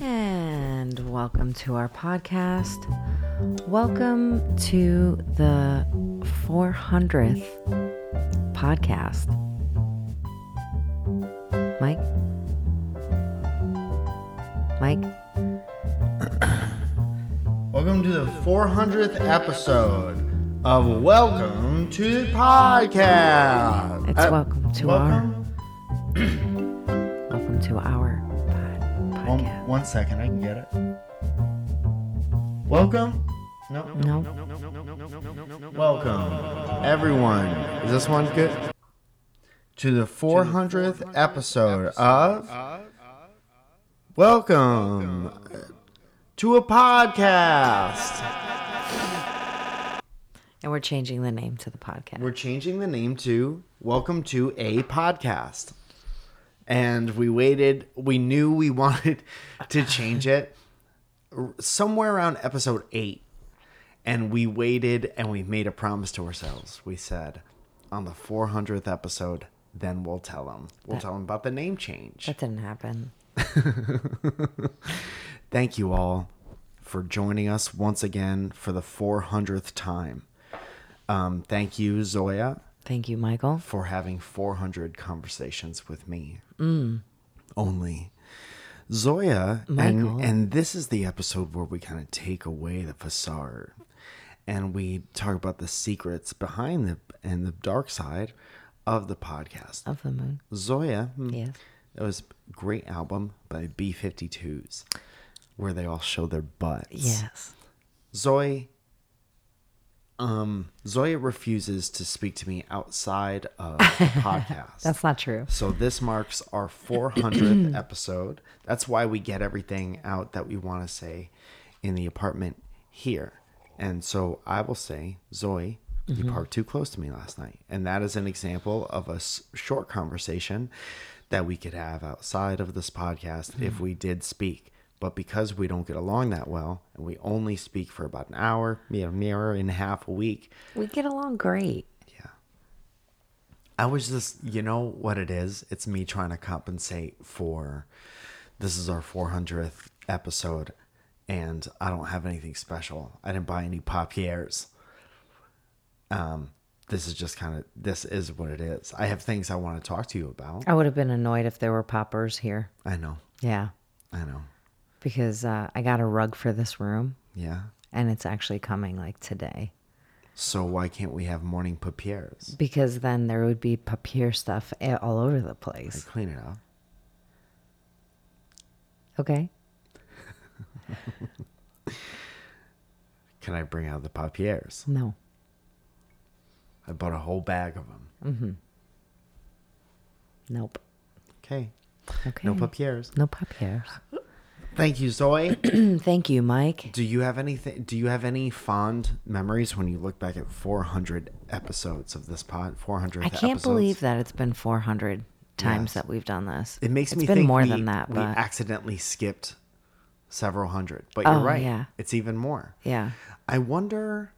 And welcome to our podcast. Welcome to the 400th podcast. Mike? Mike? Welcome to the 400th episode of Welcome to the Podcast. It's Uh, welcome to welcome? our welcome to our pod, One, podcast. one second, I can get it. Welcome? No. No, Welcome, everyone. Is this one good? To the 400th episode of Welcome to a Podcast. and we're changing the name to the podcast. We're changing the name to Welcome to a Podcast. And we waited, we knew we wanted to change it somewhere around episode 8. And we waited and we made a promise to ourselves. We said on the 400th episode, then we'll tell them. We'll tell them about the name change. that didn't happen. Thank you all for joining us once again for the 400th time. Um, thank you, Zoya. Thank you, Michael. for having 400 conversations with me. Only. Zoya, Michael. and, and this is the episode where we kind of take away the facade and we talk about the secrets behind the and the dark side of the podcast. Of the moon. Zoya, hmm, Yes. it was a great album by B52s where they all show their butts. Yes. Zoe um Zoya refuses to speak to me outside of the podcast. That's not true. so this marks our 400th episode. That's why we get everything out that we want to say in the apartment here. And so I will say, Zoe, you parked too close to me last night. And that is an example of a s- short conversation that we could have outside of this podcast if we did speak. But because we don't get along that well and we only speak for about an hour, you know, an hour and a half a week, We get along great. yeah. I was just, you know what it is? It's me trying to compensate for this is our 400th episode and I don't have anything special. I didn't buy any popieres. Um this is just kind of this is what it is. I have things I want to talk to you about. I would have been annoyed if there were poppers here. I know. Yeah. I know. Because uh, I got a rug for this room Yeah. and it's actually coming like today. So why can't we have morning papiers? Because then there would be papier stuff a- all over the place. Clean it up. Okay. Can I bring out the papiers? No. I bought a whole bag of them. Nope. Okay. Okay. No papiers. No papiers. Thank you, Zoe. Thank you, Mike. Do you have anything? Do you have any fond memories when you look back at 400 episodes of this pod? 400. I can't believe that it's been 400 times Yes. that we've done this. it makes It's me been think more we, than that, we but accidentally skipped several hundred. But you're Oh, right. yeah. It's even more. yeah. I wonder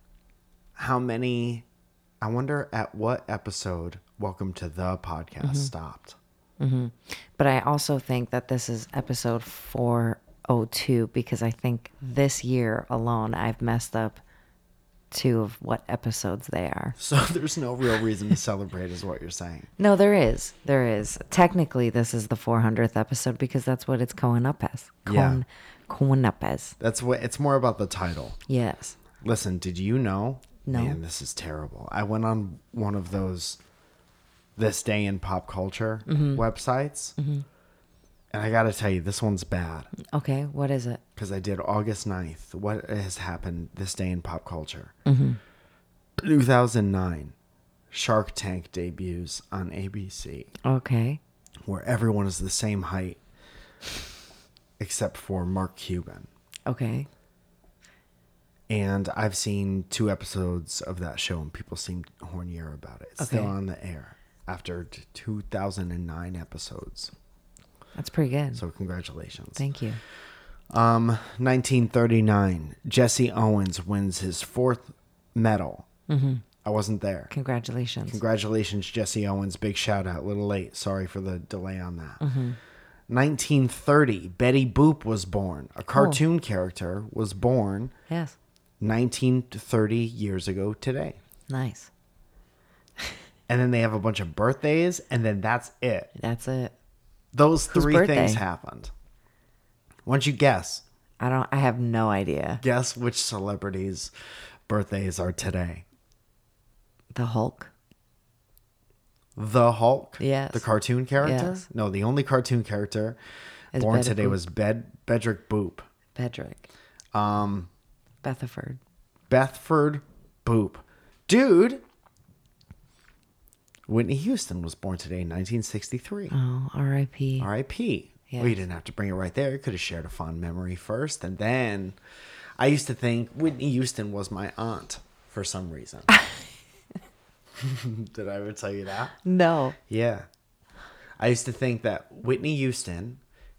how many. I wonder at what episode "Welcome to the Podcast" Mm-hmm. stopped. But I also think that this is episode 402 because I think this year alone I've messed up two of what episodes they are. So there's no real reason to celebrate, is what you're saying. No, there is. There is. Technically, this is the 400th episode because that's what it's going up as. Yeah. Going, going up as. That's what. It's more about the title. Yes. Listen, did you know? No. Man, this is terrible. I went on one of those this day in pop culture websites. And I got to tell you, this one's bad Okay. What is it? because I did August 9th. What has happened this day in pop culture? 2009, Shark Tank debuts on ABC, Okay. where everyone is the same height except for Mark Cuban. Okay. and I've seen two episodes of that show, and people seem hornier about it. It's still Okay. on the air after t- 2009 episodes. That's pretty good. So congratulations. Thank you. Um, 1939, Jesse Owens wins his fourth medal. Mm-hmm. I wasn't there. Congratulations. Mm-hmm. Congratulations, Jesse Owens. Big shout out. A little late. Sorry for the delay on that. 1930, Betty Boop was born. A cartoon character was born Yes. 19 to 30 years ago today. Nice. And then they have a bunch of birthdays, and then that's it. That's it. Those three things birthday? happened. Once you guess, I don't. I have no idea. guess which celebrities' birthdays are today. The Hulk. The Hulk, Yes. the cartoon character. Yes. No, the only cartoon character Is born Bed- today Boop. was Bed Bedrick Boop, Bedrick. Um. Betherford. Bethford Boop, dude. Whitney Houston was born today, 1963. Oh, R.I.P. R.I.P. Yes. Well, you didn't have to bring it right there. You could have shared a fond memory first, and then I used to think Whitney Houston was my aunt for some reason. Did I ever tell you that? No. Yeah. I used to think that Whitney Houston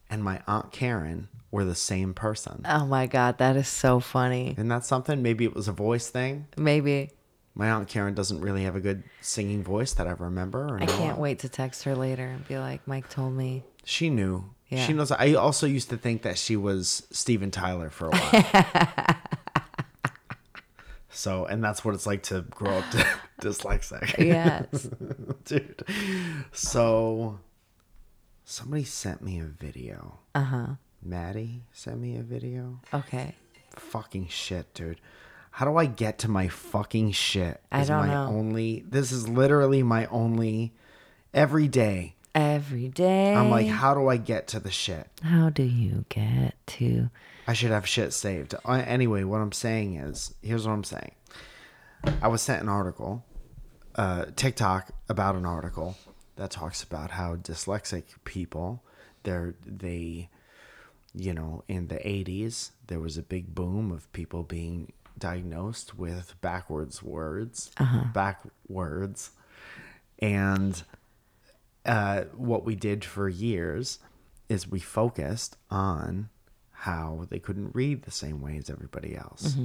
and my aunt Karen were the same person. Oh my God, that is so funny. Isn't that something? Maybe it was a voice thing. Maybe My aunt Karen doesn't really have a good singing voice that I remember. Or I can't know. wait to text her later and be like, Mike told me. She knew. Yeah. She knows. I also used to think that she was Steven Tyler for a while. so, and that's what it's like to grow up to dyslexic. Yes. Dude. So, somebody sent me a video. uh huh. Maddie sent me a video. Okay. Fucking shit, dude. How do I get to my fucking shit? I is don't my know. only this is literally my only every day. Every day. I'm like, how do I get to the shit? how do you get to? I should have shit saved. Uh, Anyway, what I'm saying is, here's what I'm saying. I was sent an article, uh, TikTok about an article that talks about how dyslexic people, they're they, you know, in the 80s there was a big boom of people being diagnosed with backwards words, backwards, and uh, what we did for years is we focused on how they couldn't read the same way as everybody else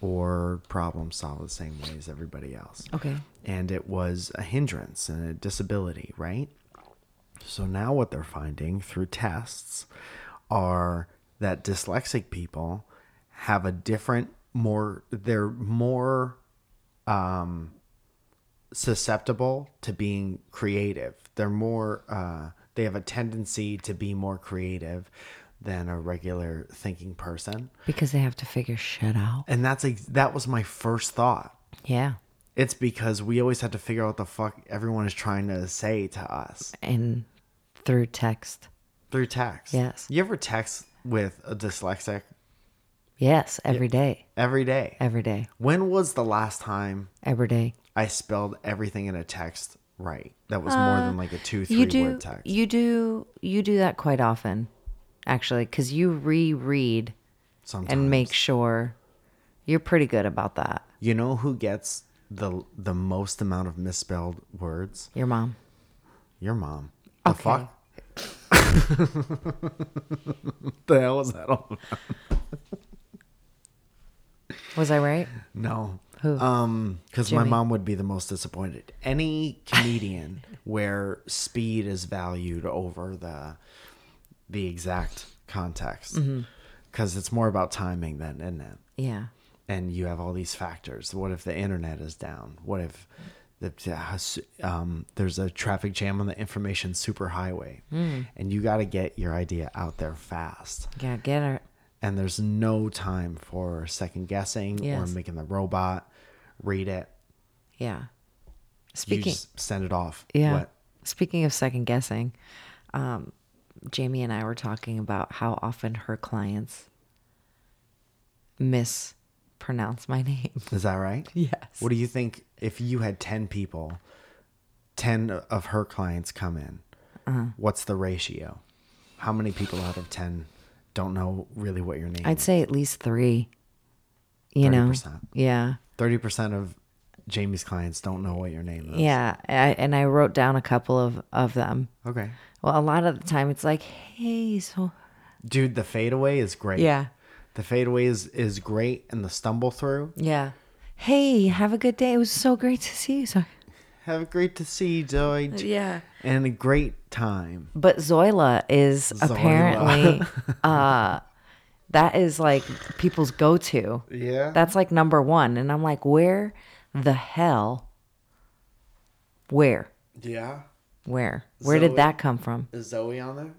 or problem solve the same way as everybody else. Okay. And it was a hindrance and a disability, right? So now what they're finding through tests are that dyslexic people have a different, more, they're more um, susceptible to being creative. They're more, uh, they have a tendency to be more creative than a regular thinking person. Because they have to figure shit out. And that's ex- that was my first thought. Yeah. It's because we always had to figure out what the fuck everyone is trying to say to us And through text. through text. Yes. You ever text with a dyslexic Yes. every day. every day? Every day. When was the last time Every day. I spelled everything in a text right? That was more than like a two, three Uh, you do word text. you do you do that quite often actually because you reread sometimes. and make sure you're pretty good about that You know who gets the the most amount of misspelled words? your mom Your mom. The fuck? the hell is that all about? was i right No. Who? Um, because my Jimmy. mom would be the most disappointed. Any comedian where speed is valued over the the exact context, Mm-hmm. because it's more about timing than isn't it? yeah and you have all these factors. What if the internet is down? What if the um, there's a traffic jam on the information superhighway, Mm. and you got to get your idea out there fast. yeah get her And there's no time for second guessing Yes. or making the robot read it. yeah You speaking just send it off. Yeah. Speaking of second guessing, um, Jamie and I were talking about how often her clients mispronounce my name. is that right? Yes. What do you think if you had ten people, ten of her clients come in? Uh-huh. What's the ratio? How many people out of ten don't know really what your name? I'd say at least three. You know? 30%. Yeah. Thirty percent of Jamie's clients don't know what your name is. Yeah. I, and I wrote down a couple of, of them. Okay, Well, a lot of the time it's like, hey, so. dude, the fadeaway is great. Yeah. the fadeaway is is great, and the stumble through. Yeah. Hey, have a good day. It was so great to see you. So, Have a great to see you, Zoe. Yeah. And a great time. But Zoila is Zoila. apparently uh that is like people's go to. Yeah. That's like number one. And I'm like, where the hell? Where? yeah. Where? Where Zoe. did that come from? Is Zoe on there?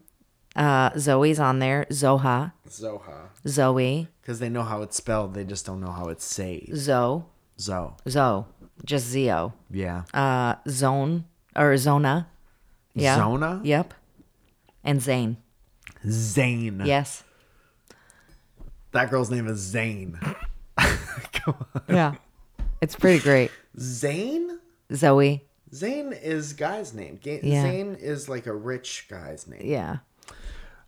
Uh Zoe's on there. Zoha. Zoha. Zoe. Because they know how it's spelled, they just don't know how it's saved. Zo. Zo. Zo. Just Zio. Yeah. Uh Zone or Zona. Yeah. Zona? Yep. And Zane. Zane. Yes. That girl's name is Zane. Come on. Yeah. It's pretty great. Zane? Zoe. Zane is guy's name. Ga- Yeah. Zane is like a rich guy's name. Yeah.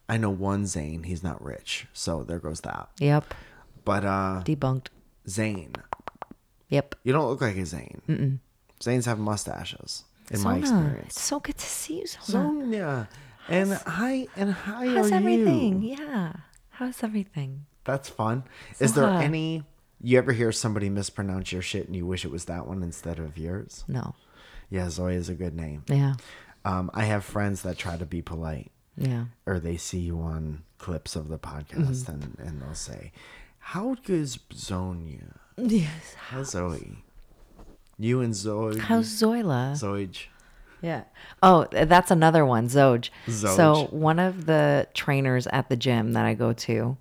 I know one Zane. He's not rich, so there goes that. Yep. But uh, Debunked. Zane, Yep. you don't look like a Zane. Mm-mm. Zanes have mustaches, in my experience. It's so good to see you, Zona. Sonia, and hi, and hi. How's are everything? You? Yeah. How's everything? That's fun. Is there Zoha. any? You ever hear somebody mispronounce your shit and you wish it was that one instead of yours? No. Yeah, Zoe is a good name. Yeah. Um, I have friends that try to be polite. Yeah. or they see you on clips of the podcast Mm-hmm. and, and they'll say, How goes Zonia? Yes. How's Zoe? You and Zoe. How's Zoila? Zoe? yeah. Oh, th- that's another one, Zoj. Zoj. So one of the trainers at the gym that I go to,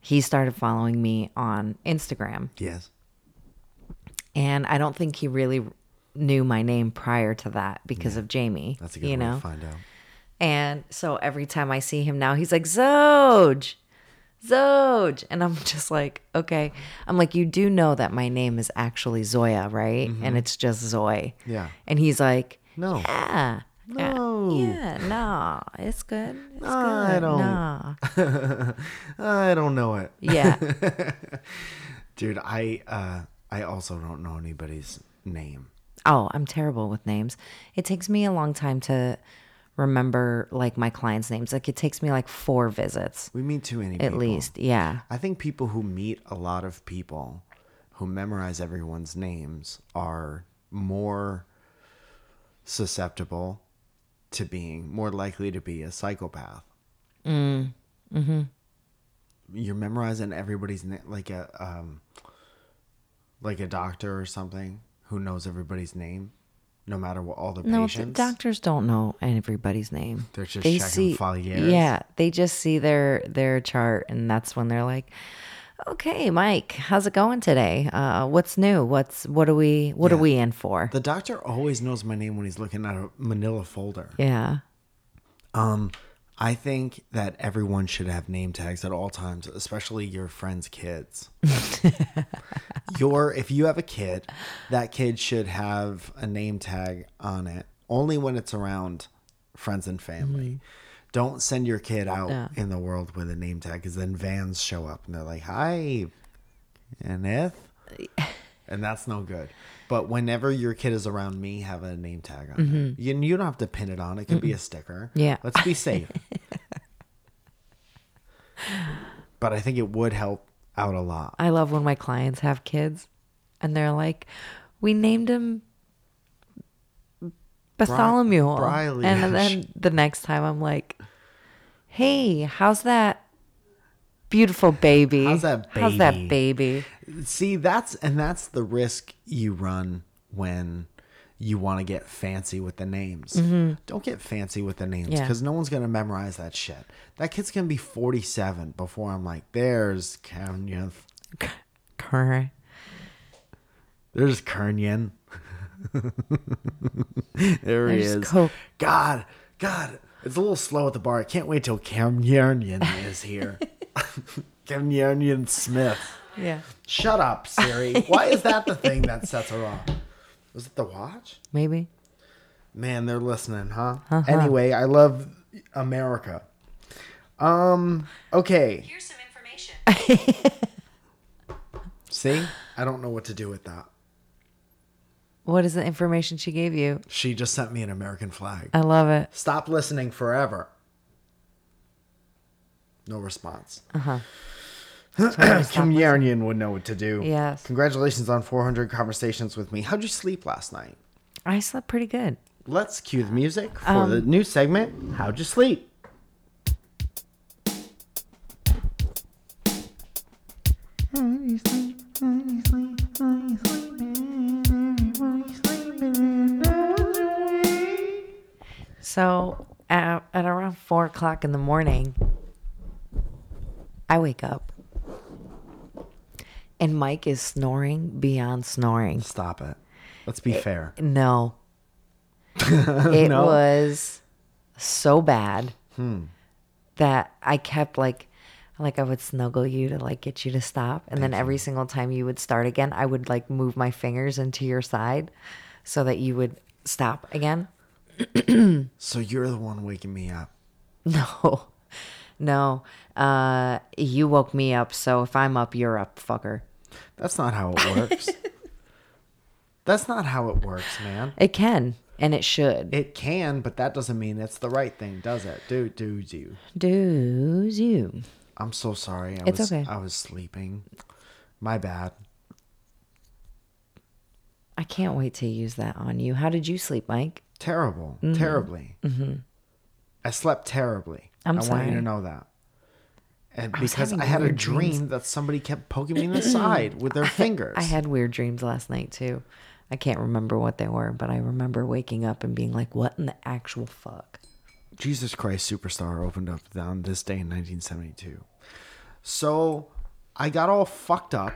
he started following me on Instagram. Yes. And I don't think he really knew my name prior to that because of Jamie. That's a good you way know? to find out. And so every time I see him now, he's like, Zoj, Zoj. And I'm just like, okay. I'm like, you do know that my name is actually Zoya, right? And it's just Zoe. Mm-hmm. Yeah. And he's like, No. yeah. yeah, No. Yeah, no, it's good. It's good. I don't- No. I don't know it. Yeah. Dude, I uh, I also don't know anybody's name. Oh, I'm terrible with names. It takes me a long time to remember like my clients' names. Like it takes me like four visits We meet too many at people. least. Yeah. I think people who meet a lot of people who memorize everyone's names are more susceptible to being more likely to be a psychopath. Mm. Mm-hmm. You're memorizing everybody's name, like a um, like a doctor or something who knows everybody's name, no matter what all the No, th- patients. doctors don't know everybody's name. They're just checking Folliers. Yeah, they just see their their chart, and that's when they're like, "Okay, Mike, how's it going today? Uh, what's new? What's what are we what are Yeah. we in for?" the doctor always knows my name when he's looking at a Manila folder. yeah, Um, I think that everyone should have name tags at all times, especially your friends' kids. your if you have a kid, that kid should have a name tag on it only when it's around friends and family. Don't send your kid out Mm-hmm. Yeah. in the world with a name tag because then vans show up and they're like, "Hi, Kenneth," and that's no good. But whenever your kid is around me, have a name tag on it. You, you don't have to pin it on. It could be a sticker. Mm-hmm. Yeah. Let's be safe. but I think it would help out a lot. I love when my clients have kids, and they're like, "We named him." Bartholomew. Briley. and then the next time I'm like, hey, how's that beautiful baby? How's that How's that baby?" baby? See, that's and that's the risk you run when you want to get fancy with the names. Don't get fancy with the names Mm-hmm. Yeah. because no one's gonna memorize that shit. That kid's gonna be forty-seven before I'm like, there's Kenyon, Current. there's Kenyon. there he There's is. Coke. God, God, it's a little slow at the bar. I can't wait till Kenyon is here. Kenyon Smith. Yeah. Shut up, Siri. Why is that the thing that sets her off? Was it the watch? Maybe. Man, they're listening, huh? Anyway, I love America. Um, okay. Here's some information. See? I don't know what to do with that. What is the information she gave you? She just sent me an American flag. I love it. Stop listening forever. No response. Kim Yarnian would know what to do. Yes. Congratulations on 400 conversations with me. How'd you sleep last night? I slept pretty good. Let's cue the music for the Um, new segment. How'd you sleep? So at, at around four o'clock in the morning, I wake up and Mike is snoring beyond snoring. Stop it. Let's be fair. No. it No? Hmm. was so bad that I kept like like I would snuggle you to like get you to stop and then every single time you would start again I would like move my fingers into your side so that you would stop again. So you're the one waking me up. No. No. Uh you woke me up so if I'm up you're up fucker. That's not how it works. That's not how it works, man. It can and it should. It can, but that doesn't mean it's the right thing, does it? Do do do. Do's you. I'm so sorry. I It's was okay. I was sleeping. My bad. I can't wait to use that on you. How did you sleep, Mike? Terrible. Mm-hmm. Terribly. I slept terribly. I'm I want you sorry. to know that. And because having I had a weird dream that somebody kept poking me in the side with their fingers. I had weird dreams last night too. I can't remember what they were, but I remember waking up and being like, "What in the actual fuck?" Jesus Christ Superstar opened up on this day in 1972. So I got all fucked up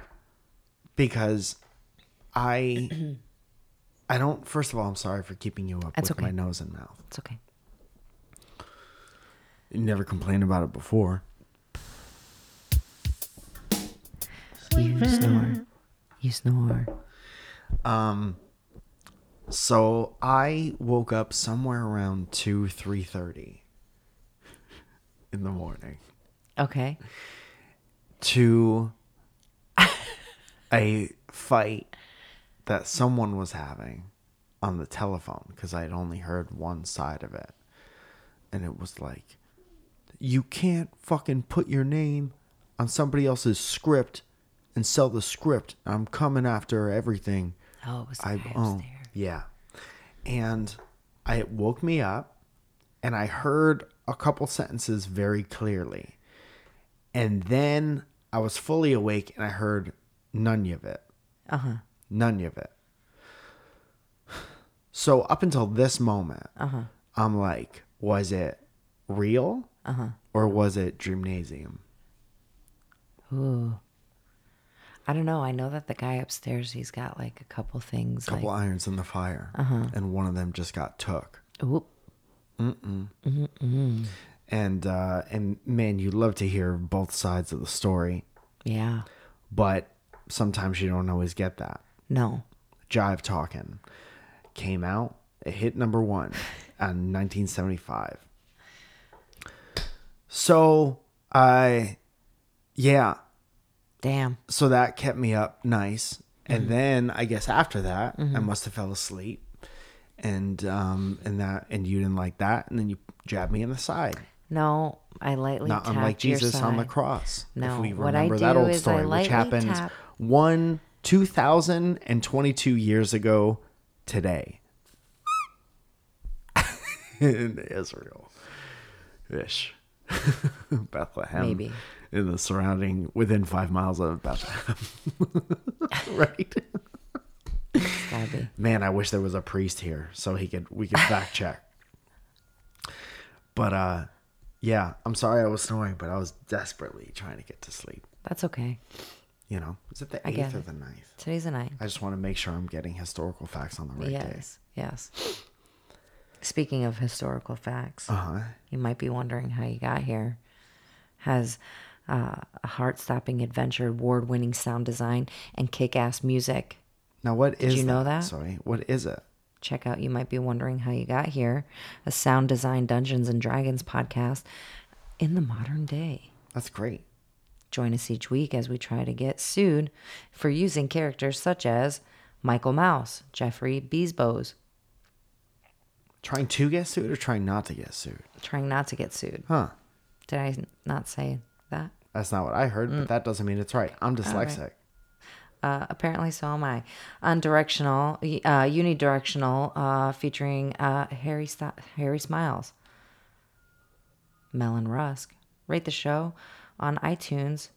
because I I don't first of all I'm sorry for keeping you up That's with okay. my nose and mouth. It's okay. You never complained about it before. You snore. You snore. So I woke up somewhere around 2 3:30 in the morning Okay. to a fight that someone was having on the telephone because I'd only heard one side of it. And it was like, you can't fucking put your name on somebody else's script and sell the script. I'm coming after everything. Oh, it was I upstairs. own. Yeah. And I, it woke me up and I heard a couple sentences very clearly. And then I was fully awake and I heard none of it. Uh huh. None of it. So up until this moment, Uh-huh. I'm like, was it real Uh-huh. or was it gymnasium? Ooh. I don't know. I know that the guy upstairs, he's got like Uh-huh. a couple things. couple irons in the fire, and one of them just got took. Like, oop. And uh, and man, you love to hear both sides of the story, Yeah. but sometimes you don't always get that. No. Jive Talking came out. It hit number one in 1975. So I, yeah, Damn. so that kept me up nice. And then I guess after that, I must have fell asleep, and um, and that and you didn't like that, and then you jabbed me in the side, No. I lightly not tapped unlike your Jesus on the side. cross. No, if we remember what I that do old is I story, which lightly happened tap. one two thousand and twenty two years ago today in Israel, ish. Bethlehem, Maybe. in the surrounding within five miles of Bethlehem, right? It's gotta be. Man, I wish there was a priest here so he could we could fact check. But uh yeah, I'm sorry I was snoring, but I was desperately trying to get to sleep. That's okay. You know, is it the I get eighth or it. the ninth? Today's a nine. I just want to make sure I'm getting historical facts on the right day. Yes. Yes. Speaking of historical facts, Uh huh. you might be wondering how you got here. Has uh, a heart stopping adventure, award winning sound design, and kick ass music. Now what is you know that? Sorry, what is it? Check out You Might Be Wondering How You Got Here, a sound design Dungeons and Dragons podcast in the modern day. That's great. Join us each week as we try to get sued for using characters such as Michael Mouse, Jeffrey Bezos, Trying to get sued or trying not to get sued? trying not to get sued. Huh. Did I not say that? Mm. That's not what I heard, but that doesn't mean it's right. I'm dyslexic. Uh, apparently, so am I. On directional, uh, unidirectional, uh, featuring uh, Harry St- Harry Smiles, Melon Rusk. Rate the show on iTunes.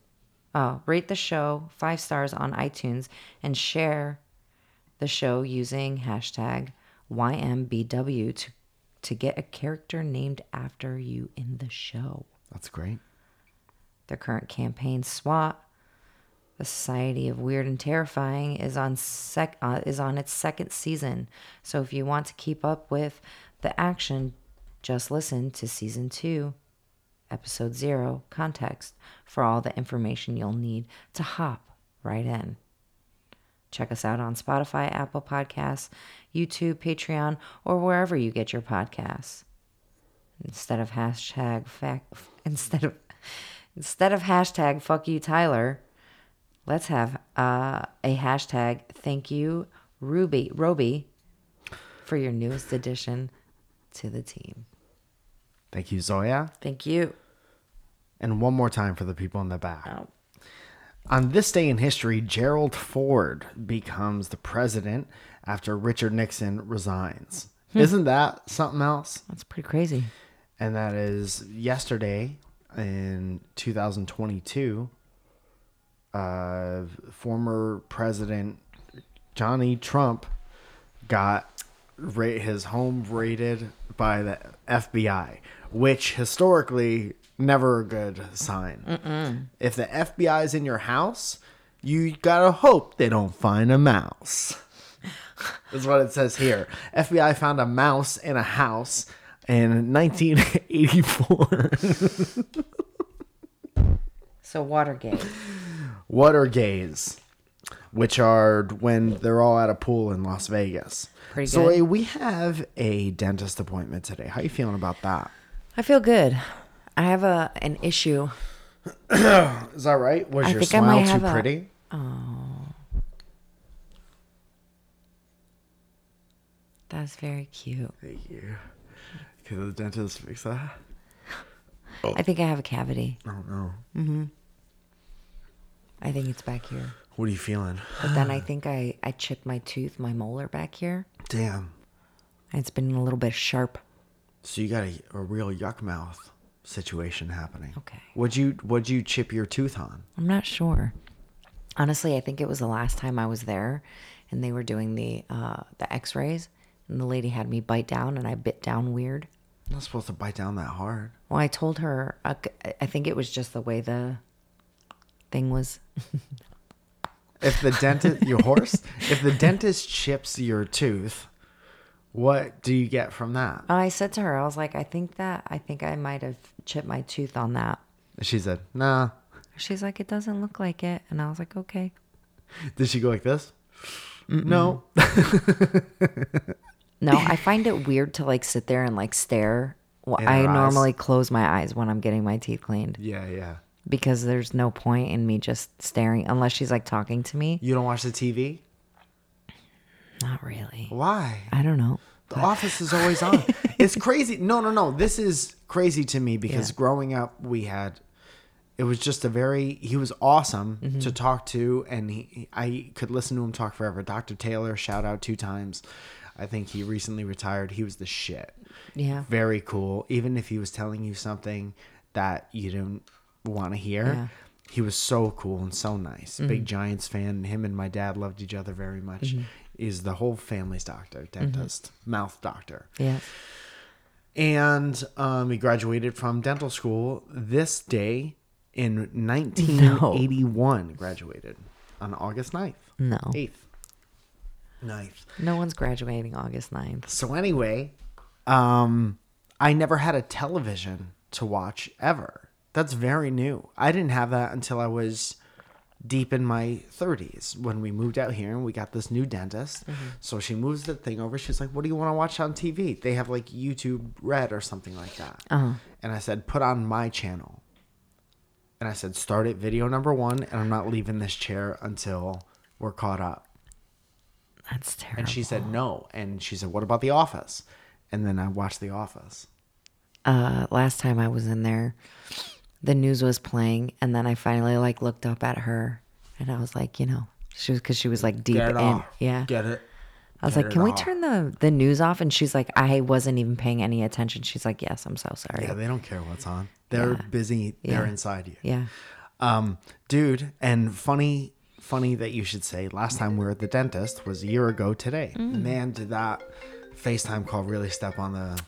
Oh, rate the show five stars on iTunes and share the show using hashtag YMBW to to get a character named after you in the show That's great. their current campaign SWAT, the Society of Weird and Terrifying, is on sec uh, is on its second season. So if you want to keep up with the action, just listen to season two, episode zero, context for all the information you'll need to hop right in. Check us out on Spotify, Apple Podcasts, YouTube, Patreon, or wherever you get your podcasts instead of hashtag fact instead of instead of hashtag fuck you tyler let's have uh, a hashtag thank you ruby roby for your newest addition to the team Thank you, Zoya. thank you And one more time for the people in the back. Oh. On this day in history, Gerald Ford becomes the president after Richard Nixon resigns. Hmm. Isn't that something else? that's pretty crazy And that is yesterday in 2022, uh, former President Johnny Trump got ra- his home raided by the FBI, which historically never a good sign. If the FBI is in your house, you gotta hope they don't find a mouse. That's what it says here. FBI found a mouse in a house in 1984. so watergate Water gays, which are when they're all at a pool in Las Vegas. Pretty Zoe, we have a dentist appointment today. How you feeling about that? i feel good i have a an issue Is that right? Was I your think I might smile have too a- pretty? that's very cute Thank you. Could the dentist fix that? i think i have a cavity I don't know. i think it's back here What are you feeling? but then i think i i chipped my tooth my molar back here Damn. and it's been a little bit sharp So you got a, a real yuck mouth situation happening. Okay. Would you would you chip your tooth on? I'm not sure. Honestly, I think it was the last time I was there, and they were doing the uh, the X-rays, and the lady had me bite down, and I bit down weird. You're not supposed to bite down that hard. Well, I told her uh, c- I think it was just the way the thing was. If the dentist your horse, if the dentist chips your tooth, what do you get from that? I said to her, I was like, I think that I think I might have chipped my tooth on that. She said, "Nah." She's like, it doesn't look like it, and I was like, okay. Did she go like this? No. No, I find it weird to like sit there and like stare. Well, In her I eyes. normally close my eyes when I'm getting my teeth cleaned. Yeah, yeah. because there's no point in me just staring unless she's like talking to me. You don't watch the TV? Not really. Why? I don't know. The office is always on. it's crazy. No, no, no. This is crazy to me because Yeah. growing up, we had. It was just a very. He was awesome Mm-hmm. to talk to, and he, I could listen to him talk forever. Dr. Taylor, shout out two times. I think he recently retired. He was the shit. Yeah. Very cool. Even if he was telling you something that you didn't want to hear, Yeah. Mm-hmm. he was so cool and so nice. Big Giants fan. Him and my dad loved each other very much. Is the whole family's doctor, Mm-hmm. dentist, mouth doctor. Yeah. And um, he graduated from dental school this day in 1981. Graduated on August 9th. No. 8th. 9th. No one's graduating August 9th. So anyway, um, I never had a television to watch ever. That's very new. I didn't have that until I was deep in my 30s when we moved out here and we got this new dentist. So she moves the thing over. She's like, "What do you want to watch on TV?" They have like YouTube Red or something like that. And I said, "Put on my channel." And I said, "Start at video number one, and I'm not leaving this chair until we're caught up." That's terrible. And she said no. And she said, "What about The Office?" And then I watched The Office. uh, last time I was in there, the news was playing, and then I finally like looked up at her, and I was like, you know, She was because she was like deep Get it in. off. Yeah. Get it. I was Get like, it "Can we off." turn the the news off?" And she's like, "I wasn't even paying any attention." She's like, "Yes, I'm so sorry." Yeah, they don't care what's on. They're busy. They're Yeah. inside you. yeah. Um, dude, and funny, funny that you should say. Last time we were at the dentist was a year ago today. Mm. Man, did that FaceTime call really step on the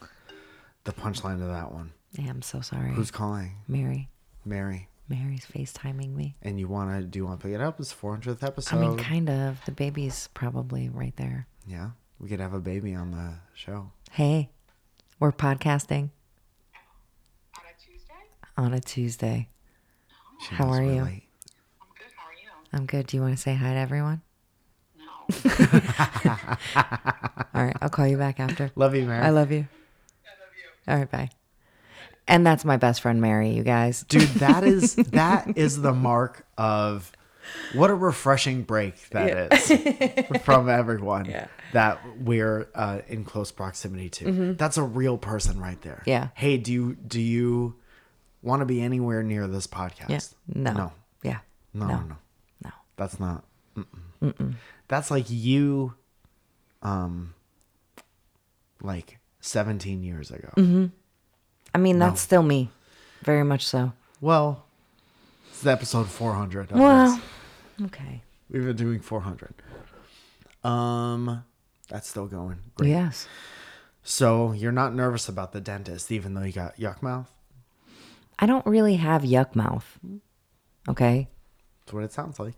the punchline of that one? Yeah, I'm so sorry. Who's calling? Mary? Mary. Mary's FaceTiming me. And you want to? Do you want to pick it up? It's 400th episode. I mean, kind of. The baby's probably right there. yeah, we could have a baby on the show. Hey, we're podcasting on a Tuesday. on a Tuesday. She How knows are we're you? late. I'm good. How are you? I'm good. Do you want to say hi to everyone? No. All right, I'll call you back after. Love you, Mary. I love you. I love you. All right, bye. And that's my best friend Mary, you guys. dude that is that is the mark of what a refreshing break that is from everyone that we're uh, in close proximity to that's a real person right there Mm-hmm. Yeah. hey do you do you want to be anywhere near this podcast Yeah. No. no Yeah. no no, no. No. that's not mm-mm. that's like you um like 17 years ago Mm-hmm. I mean, that's still me. Very much so. well it's episode 400 of Well, this. okay. We've been doing 400. Um, that's still going. Great. Yes. So you're not nervous about the dentist, even though you got yuck mouth. I don't really have yuck mouth. Okay. That's what it sounds like.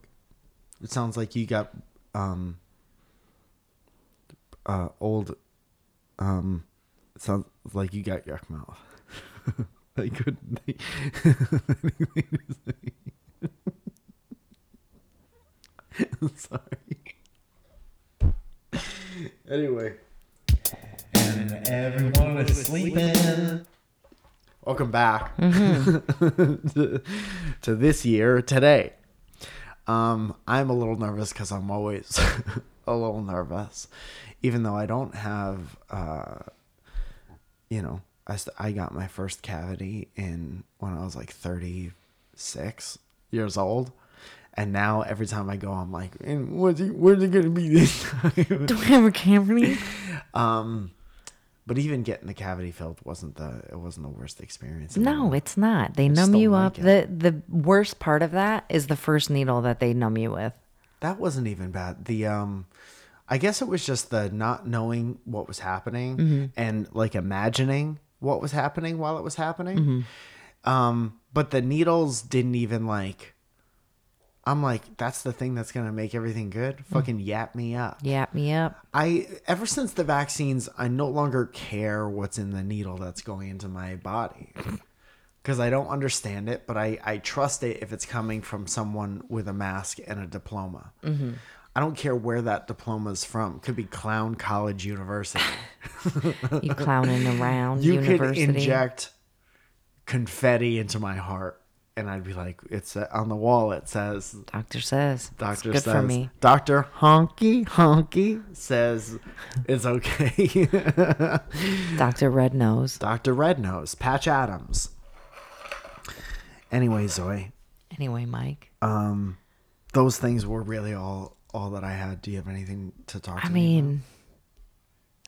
It sounds like you got um uh old um. It sounds like you got yuck mouth. I couldn't. think- I'm sorry. Anyway. And everyone is sleeping. Welcome back to, to this year today. Um, I'm a little nervous because I'm always a little nervous, even though I don't have, uh, you know, I, st- I got my first cavity in when I was like 36 years old. And now every time I go, I'm like, and what's it, where's it going to be this time? Do I have a cavity? Um, but even getting the cavity filled wasn't the it wasn't the worst experience. in the No, world. it's not. They numb still you like up. The the worst part of that is the first needle that they numb you with. that wasn't even bad. The um, I guess it was just the not knowing what was happening and like imagining what was happening while it was happening. Um, but the needles didn't even like. I'm like, that's the thing that's gonna make everything good. Fucking yap me up. Yap me up. I ever since the vaccines, I no longer care what's in the needle that's going into my body. Cause I don't understand it, but I, I trust it if it's coming from someone with a mask and a diploma. Mm-hmm. I don't care where that diploma's from. Could be clown college university. You clowning around You university. could inject confetti into my heart, and I'd be like, it's uh, on the wall. It says Doctor says. Doctor Doctor it's good says, for me. Doctor Honky Honky says it's okay. Doctor Red Nose. Doctor Red Nose, Patch Adams. Anyway, Zoe, Anyway, Mike. those things were really all all that I had. Do you have anything to talk? I to mean,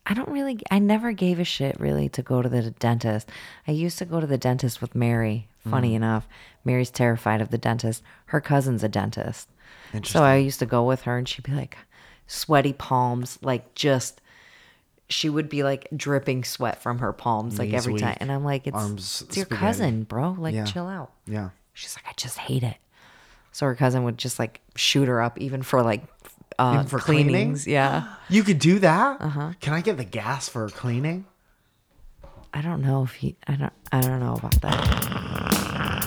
I don't really, I never gave a shit really to go to the dentist. I used to go to the dentist with Mary. Funny Mm. enough, Mary's terrified of the dentist. Her cousin's a dentist. So I used to go with her and she'd be like, sweaty palms, like just, she would be like dripping sweat from her palms like Knees every time. weak, And I'm like, it's, arms it's your spaghetti. cousin, bro. Like, Yeah. chill out. yeah, She's like, I just hate it. So her cousin would just like shoot her up even for like, uh, Even for cleaning? cleanings. Yeah. you could do that. Uh-huh. Can I get the gas for cleaning? I don't know if he. I don't. I don't know about that.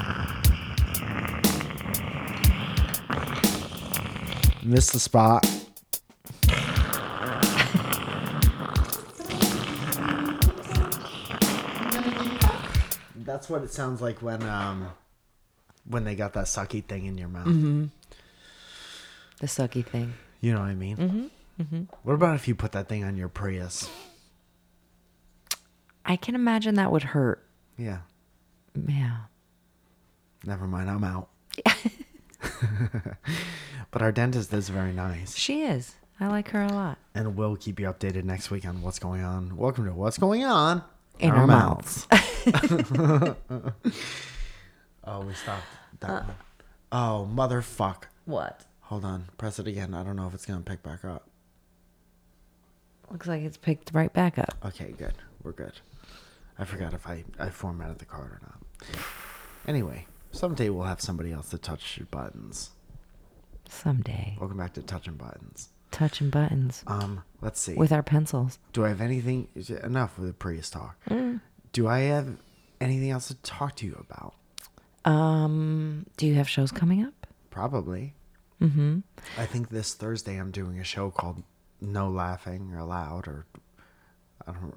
Missed the spot. That's what it sounds like when um when they got that sucky thing in your mouth. The sucky thing. You know what I mean? Mm-hmm. What about if you put that thing on your Prius? I can imagine that would hurt. Yeah. Yeah. Never mind. I'm out. but our dentist is very nice. She is. I like her a lot. And we'll keep you updated next week on what's going on. Welcome to What's Going On In Our oh, we stopped that Uh. one. Oh, motherfuck. What? Hold on. Press it again. I don't know if it's going to pick back up. Looks like it's picked right back up. Okay, good. We're good. I forgot if I, I formatted the card or not. Anyway, someday we'll have somebody else to touch your buttons. Someday. Welcome back to Touching Buttons. Touching buttons Um, let's see. with our pencils. Do I have anything? is it Enough with the Prius talk. Mm. Do I have anything else to talk to you about? Um, do you have shows coming up? Probably. Mm-hmm. I think this Thursday I'm doing a show called No Laughing or Loud or I don't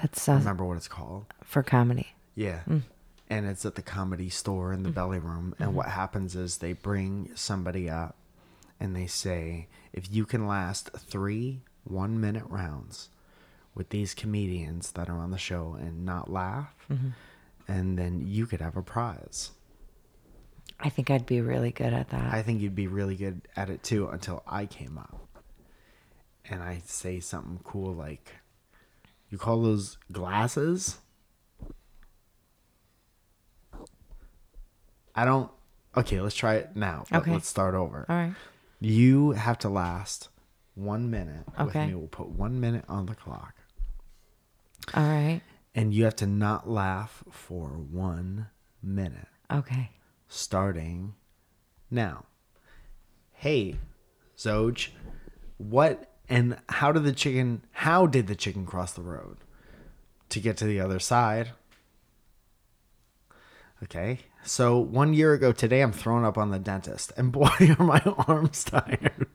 That's uh, remember what it's called. for comedy. Yeah. And it's at the comedy store in the belly room. And what happens is they bring somebody up and they say, if you can last three one minute rounds with these comedians that are on the show and not laugh, and then you could have a prize. I think I'd be really good at that. I think you'd be really good at it too until I came up. And I say something cool like, you call those glasses? I don't. Okay, let's try it now. Let- Okay. Let's start over. All right. You have to last one minute Okay. with me. We'll put one minute on the clock. All right. And you have to not laugh for one minute Okay. starting now. Hey, Zoj, what and how did the chicken how did the chicken cross the road to get to the other side? Okay. So, 1 year ago today I'm thrown up on the dentist and boy are my arms tired.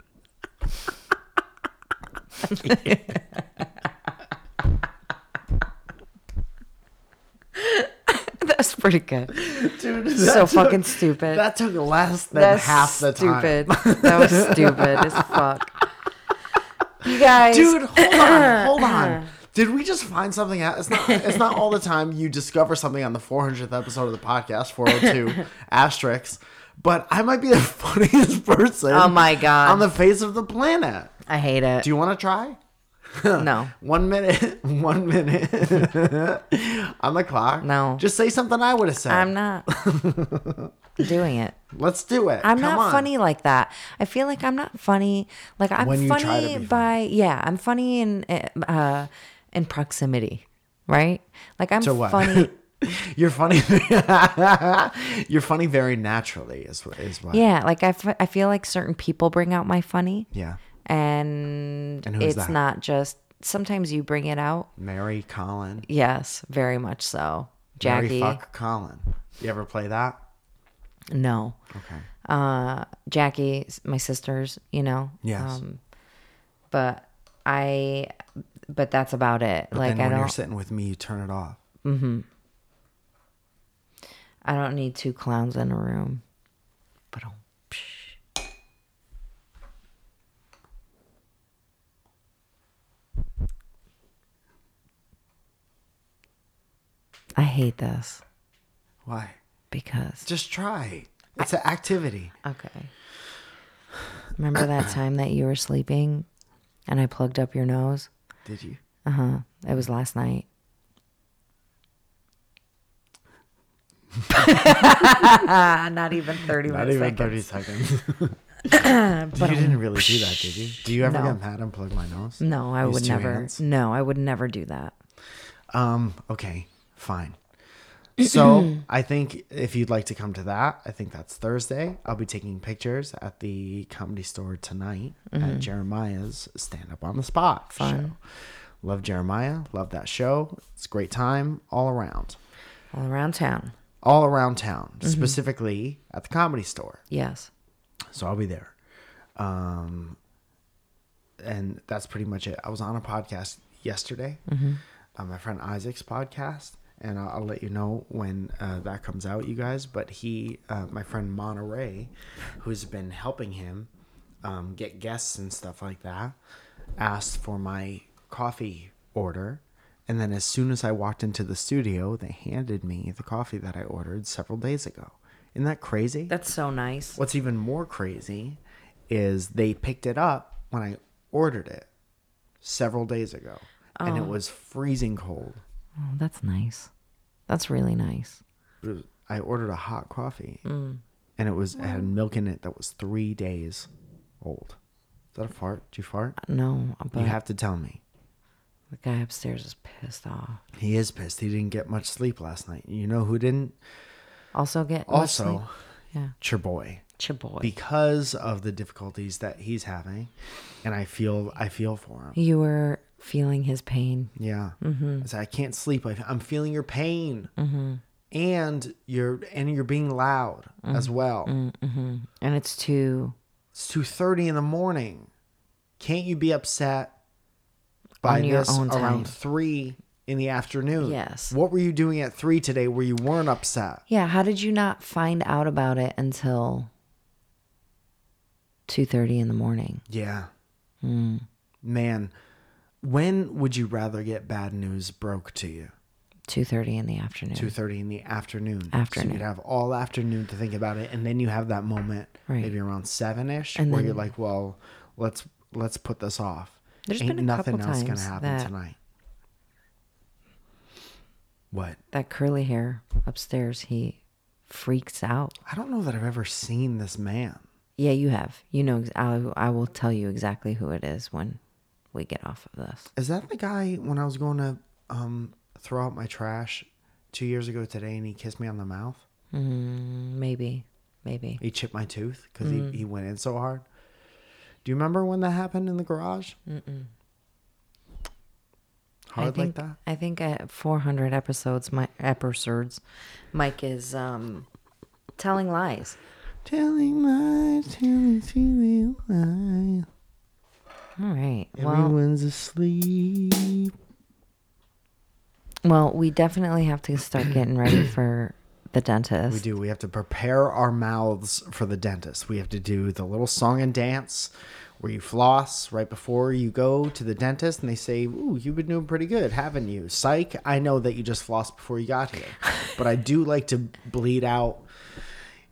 That's pretty good. Dude, So fucking stupid. That took less than That's half the stupid. time. that was stupid as fuck. You guys, Dude, hold on, hold on. Did we just find something out? It's not. It's not all the time you discover something on the 400th episode of the podcast, 402 asterisk. But I might be the funniest person. Oh my God. On the face of the planet. I hate it. Do you want to try? no, One minute. One minute. on the clock. No. Just say something I would have said. I'm not doing it. Let's do it. I'm Come not on. funny like that. I feel like I'm not funny. Like I'm When you try funny to be funny. by yeah, I'm funny in uh in proximity, right? Like I'm To what? funny. You're funny. You're funny very naturally. Is what. Is what. yeah, like I, f- I feel like certain people bring out my funny. Yeah. And, And who's it's that? not just sometimes you bring it out. Mary Colin. Yes, very much so. Mary Jackie. fuck Colin. You ever play that? No. Okay. Uh Jackie, s- my sisters, you know. Um, Yes. but I but that's about it. like then I when you're don't sitting with me, you turn it off. I don't need two clowns in a room. But oh, I hate this Why? because Just try. It's an activity. okay. Remember that time that you were sleeping and I plugged up your nose? Did you? Uh-huh. It was last night. Not even 30 Not minutes. even 30 seconds. you didn't really do that, did you? Do you ever No. get mad and plug my nose? No, I Use would two never. hands? No, I would never do that. Um, okay, fine. So I think if you'd like to come to that, I think that's Thursday. I'll be taking pictures at the comedy store tonight at Jeremiah's Stand Up on the Spot Fun. show. Love Jeremiah, love that show. It's a great time all around. All around town. All around town, specifically at the comedy store. Yes. So I'll be there. Um, and that's pretty much it. I was on a podcast yesterday, uh, my friend Isaac's podcast, and I'll, I'll let you know when uh, that comes out, you guys. But he, uh, my friend Monterey, who's been helping him um, get guests and stuff like that, asked for my coffee order. And then as soon as I walked into the studio, they handed me the coffee that I ordered several days ago. Isn't that crazy? That's so nice. What's even more crazy is they picked it up when I ordered it several days ago, and it was freezing cold. Oh, that's nice. That's really nice. It was- I ordered a hot coffee, and it was it had milk in it that was three days old. Is that a fart? Did you fart? No, but You have to tell me. the guy upstairs is pissed off. He is pissed. He didn't get much sleep last night. You know who didn't? Also, get much sleep? Also, yeah, your boy. Chiboy. Because of the difficulties that he's having, and I feel I feel for him. you were feeling his pain. Yeah. Mm-hmm. I said, I can't sleep. I, I'm feeling your pain. And you're and you're being loud Mm-hmm. as well. And it's too It's two thirty in the morning. Can't you be upset by On your this own time. around three in the afternoon? Yes. What were you doing at three today where you weren't upset? Yeah, how did you not find out about it until 2:30 in the morning? Yeah. Hmm. Man, when would you rather get bad news broke to you? 2:30 in the afternoon. two thirty in the afternoon. So Afternoon. you'd have all afternoon to think about it, and then you have that moment, Right. maybe around seven ish, where And then- you're like, "Well, let's let's put this off. There's Ain't been a nothing couple else gonna times happen that- tonight." What? that curly hair upstairs, he freaks out. I don't know that I've ever seen this man. Yeah, you have. You know ex- I I will tell you exactly who it is when we get off of this. Is that the guy when I was going to um, throw out my trash two years ago today, and he kissed me on the mouth? Mm, maybe. Maybe. He chipped my tooth because he, he went in so hard. Do you remember when that happened in the garage? Mm-mm. I Hard think, like that? I think at 400 episodes, my episodes, Mike is um telling lies. Telling lies, telling, telling lies. All right. Well, Everyone's asleep. well, we definitely have to start getting ready for the dentist. We do. We have to prepare our mouths for the dentist. We have to do the little song and dance where you floss right before you go to the dentist and they say, Ooh, you've been doing pretty good, haven't you? Psych, I know that you just flossed before you got here, but I do like to bleed out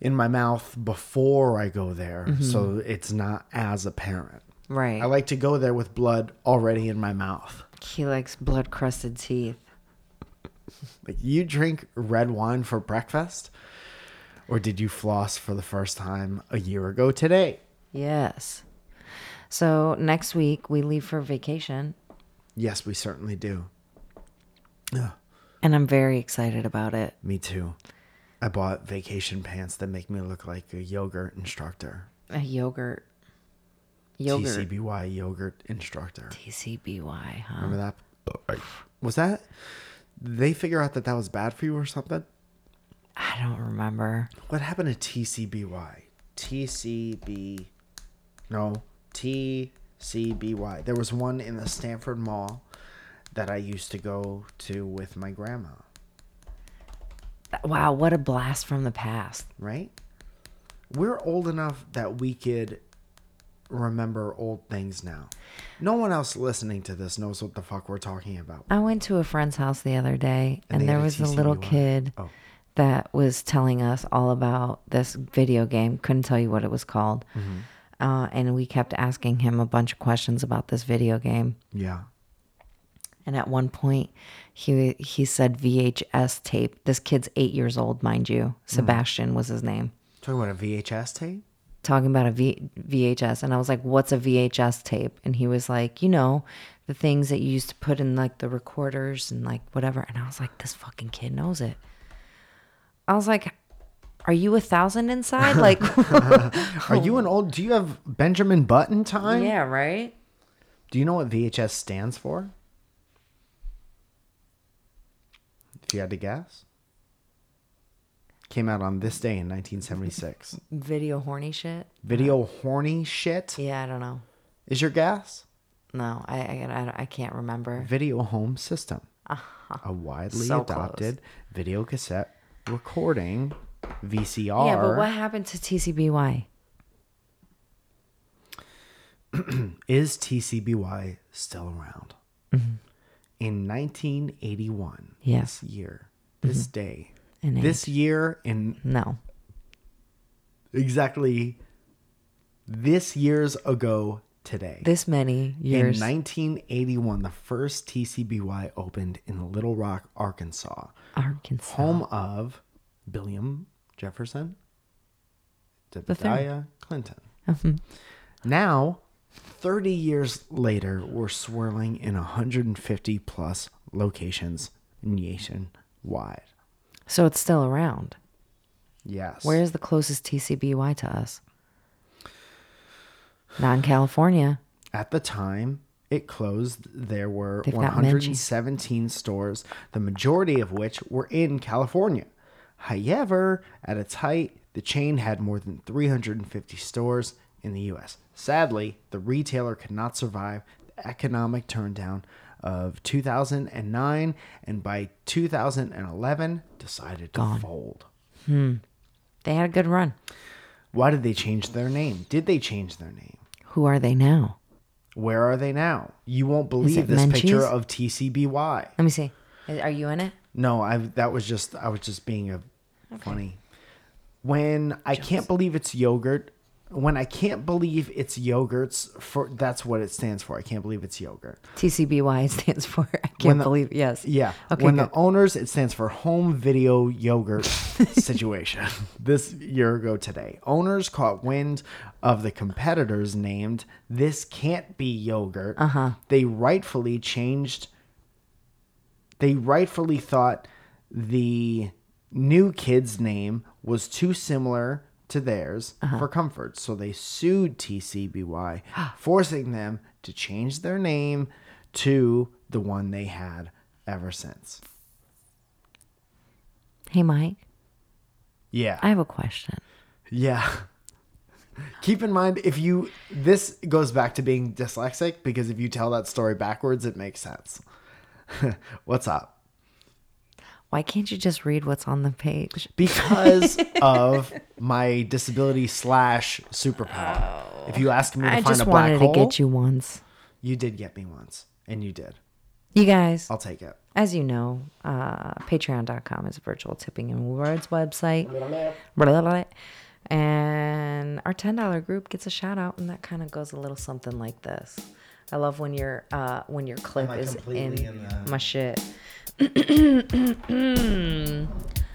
in my mouth before I go there so it's not as apparent. Right. I like to go there with blood already in my mouth. he likes blood crusted teeth. Like you drink red wine for breakfast, or did you floss for the first time a year ago today? Yes. So next week we leave for vacation, Yes, we certainly do. Ugh, and I'm very excited about it. me too. I bought vacation pants that make me look like a yogurt instructor. A yogurt. Yogurt. TCBY yogurt instructor. TCBY, huh? Remember that? Was that? Did they figure out that that was bad for you or something? I don't remember. What happened to TCBY? TCB. No, TCBY. There was one in the Stanford Mall that I used to go to with my grandma, Wow, what a blast from the past. right? We're old enough that we could remember old things now. No one else listening to this knows what the fuck we're talking about. I went to a friend's house the other day, and, they there had a was a little TCBY. kid Oh. that was telling us all about this video game. Couldn't tell you what it was called. Mm-hmm. Uh, and we kept asking him a bunch of questions about this video game. Yeah. And at one point, he he said VHS tape. This kid's eight years old, mind Mm. you. Sebastian was his name. Talking about a VHS tape? Talking about a v, VHS, and I was like, "What's a VHS tape?" And he was like, "You know, the things that you used to put in like the recorders and like whatever." And I was like, "This fucking kid knows it." I was like, "Are you a thousand inside?" Like, Are you an old? Do you have Benjamin Button time? yeah, right. Do you know what VHS stands for? If you had to guess, came out on this day in 1976. Video horny shit. Video horny shit Yeah, I don't know. is your guess. No, I I, I, I can't remember. Video home system, a widely Uh-huh. So close. adopted video cassette recording VCR. Yeah, but what happened to TCBY? is TCBY still around? In 1981, Mm-hmm. Yes. Mm-hmm. this year, this day, In this year in No. exactly this years ago today. This many in years. 1981, the first TCBY opened in Little Rock, Arkansas, Arkansas. home of William Jefferson, Jedediah Clinton. Now, 30 years later, we're swirling in 150 plus locations nationwide. So it's still around. Yes. Where's the closest TCBY to us? Not in California. At the time it closed, there were They've got Menchie. 117 stores, the majority of which were in California. However, at its height, the chain had more than 350 stores in the US. Sadly, the retailer could not survive the economic turndown of 2009 and by 2011 decided to fold. They had a good run. Why did they change their name? Did they change their name? Who are they now? Where are they now? You won't believe it this Menchie's? picture of TCBY. Let me see. Are you in it? No, I that was just I was just being a funny. When I can't believe it's yogurt. When I can't believe it's yogurts for that's what it stands for. I can't believe it's yogurt. TCBY stands for. I When can't the- believe. Yes. Yeah. Okay. when good. the owners, it stands for Home Video Yogurt Situation. This year ago today, owners caught wind of the competitors named "This Can't Be Yogurt." Uh Uh-huh. huh. They rightfully changed. They rightfully thought the new kid's name was too similar to theirs for comfort, so they sued TCBY, forcing them to change their name to the one they had ever since. hey, Mike. Yeah. I have a question. Yeah. Keep in mind if you this goes back to being dyslexic because if you tell that story backwards it makes sense. What's up? Why can't you just read what's on the page? Because of my disability slash superpower. if you asked me to I find just a black wanted hole, to get you once. you did get me once, and you did. You guys, I'll take it. as you know, uh, patreon.com is a virtual tipping and rewards website. Blah, blah, blah. And our $10 group gets a shout out, and that kind of goes a little something like this. I love when your uh, when your clip I is in, completely in the- my shit.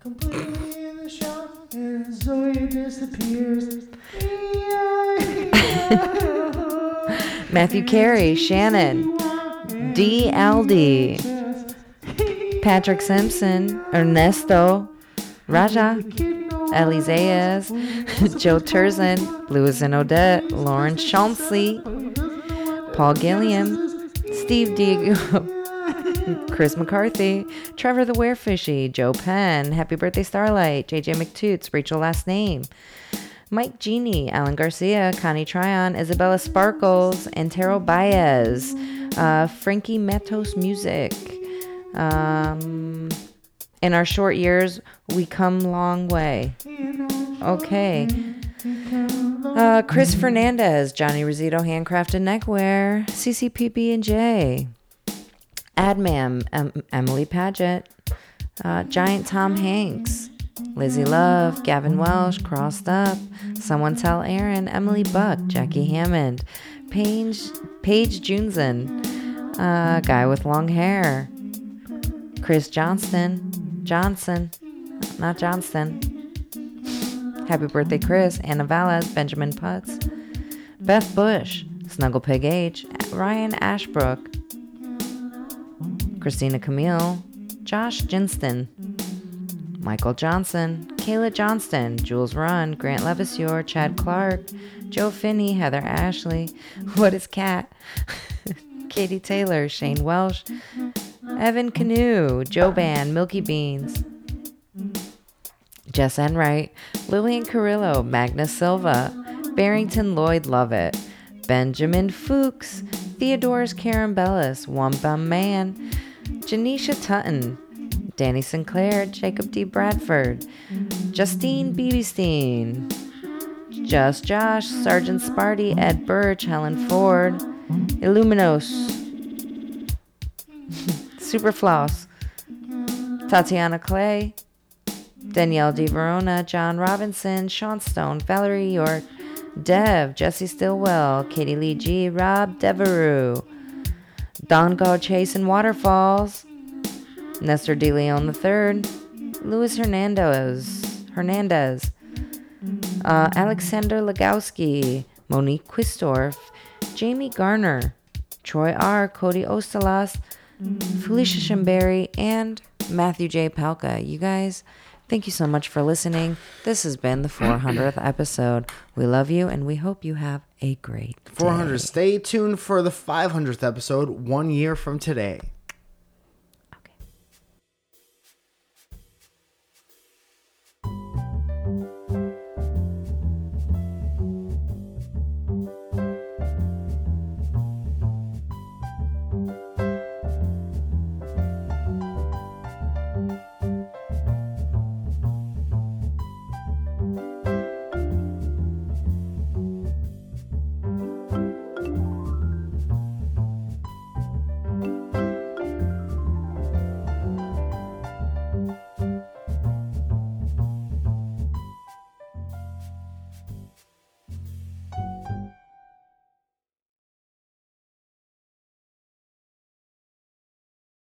Completely in the shop, and Zoe disappears. Yeah. Matthew Carey, Shannon, DLD, Patrick Simpson, Ernesto, Raja, Eliseas, Joe Turzen, Lewis and Odette, Lauren Chauncey, Paul Gilliam, Steve Diego, Chris McCarthy, Trevor the Wearfishy, Joe Penn, Happy Birthday Starlight, JJ McToots, Rachel Last Name, Mike Genie, Alan Garcia, Connie Tryon, Isabella Sparkles, Antero Baez, uh, Frankie Matos Music. Um, in our short years, we come long way. Okay. Uh, Chris Fernandez, Johnny Rosito, handcrafted neckwear, CCPB and J, Admam, em- Emily Paget, uh, Giant Tom Hanks, Lizzie Love, Gavin Welsh, Crossed Up, Someone Tell Aaron, Emily Buck, Jackie Hammond, Paige, Paige Junesen, uh, Guy with Long Hair, Chris Johnston, Johnson, not Johnston. Happy birthday, Chris, Anna Valles, Benjamin Putz, Beth Bush, Snuggle Pig H, Ryan Ashbrook, Christina Camille, Josh Jinston, Michael Johnson, Kayla Johnston, Jules Run, Grant Levisure, Chad Clark, Joe Finney, Heather Ashley, What is Cat? Katie Taylor, Shane Welsh, Evan Canoe, Joe Ban, Milky Beans, Jess Enright, Lillian Carrillo, Magnus Silva, Barrington Lloyd Lovett, Benjamin Fuchs, Theodore's Karen Bellis, Wamba Man, Janisha Tutton, Danny Sinclair, Jacob D. Bradford, Justine Beebestein, Just Josh, Sergeant Sparty, Ed Birch, Helen Ford, Illuminos, Superfloss, Tatiana Clay, Danielle De Verona, John Robinson, Sean Stone, Valerie York, Dev, Jesse Stillwell, Katie Lee G, Rob Devereux, Don Go Chase and Waterfalls, Nestor De Leon III, Luis Hernandez, Hernandez, uh, Alexander Legowski, Monique Quistorf, Jamie Garner, Troy R., Cody Ostalas, Felicia Shimberry, and Matthew J. Palka. You guys, thank you so much for listening. This has been the 400th episode. We love you, and we hope you have a great day. 400. Stay tuned for the 500th episode one year from today.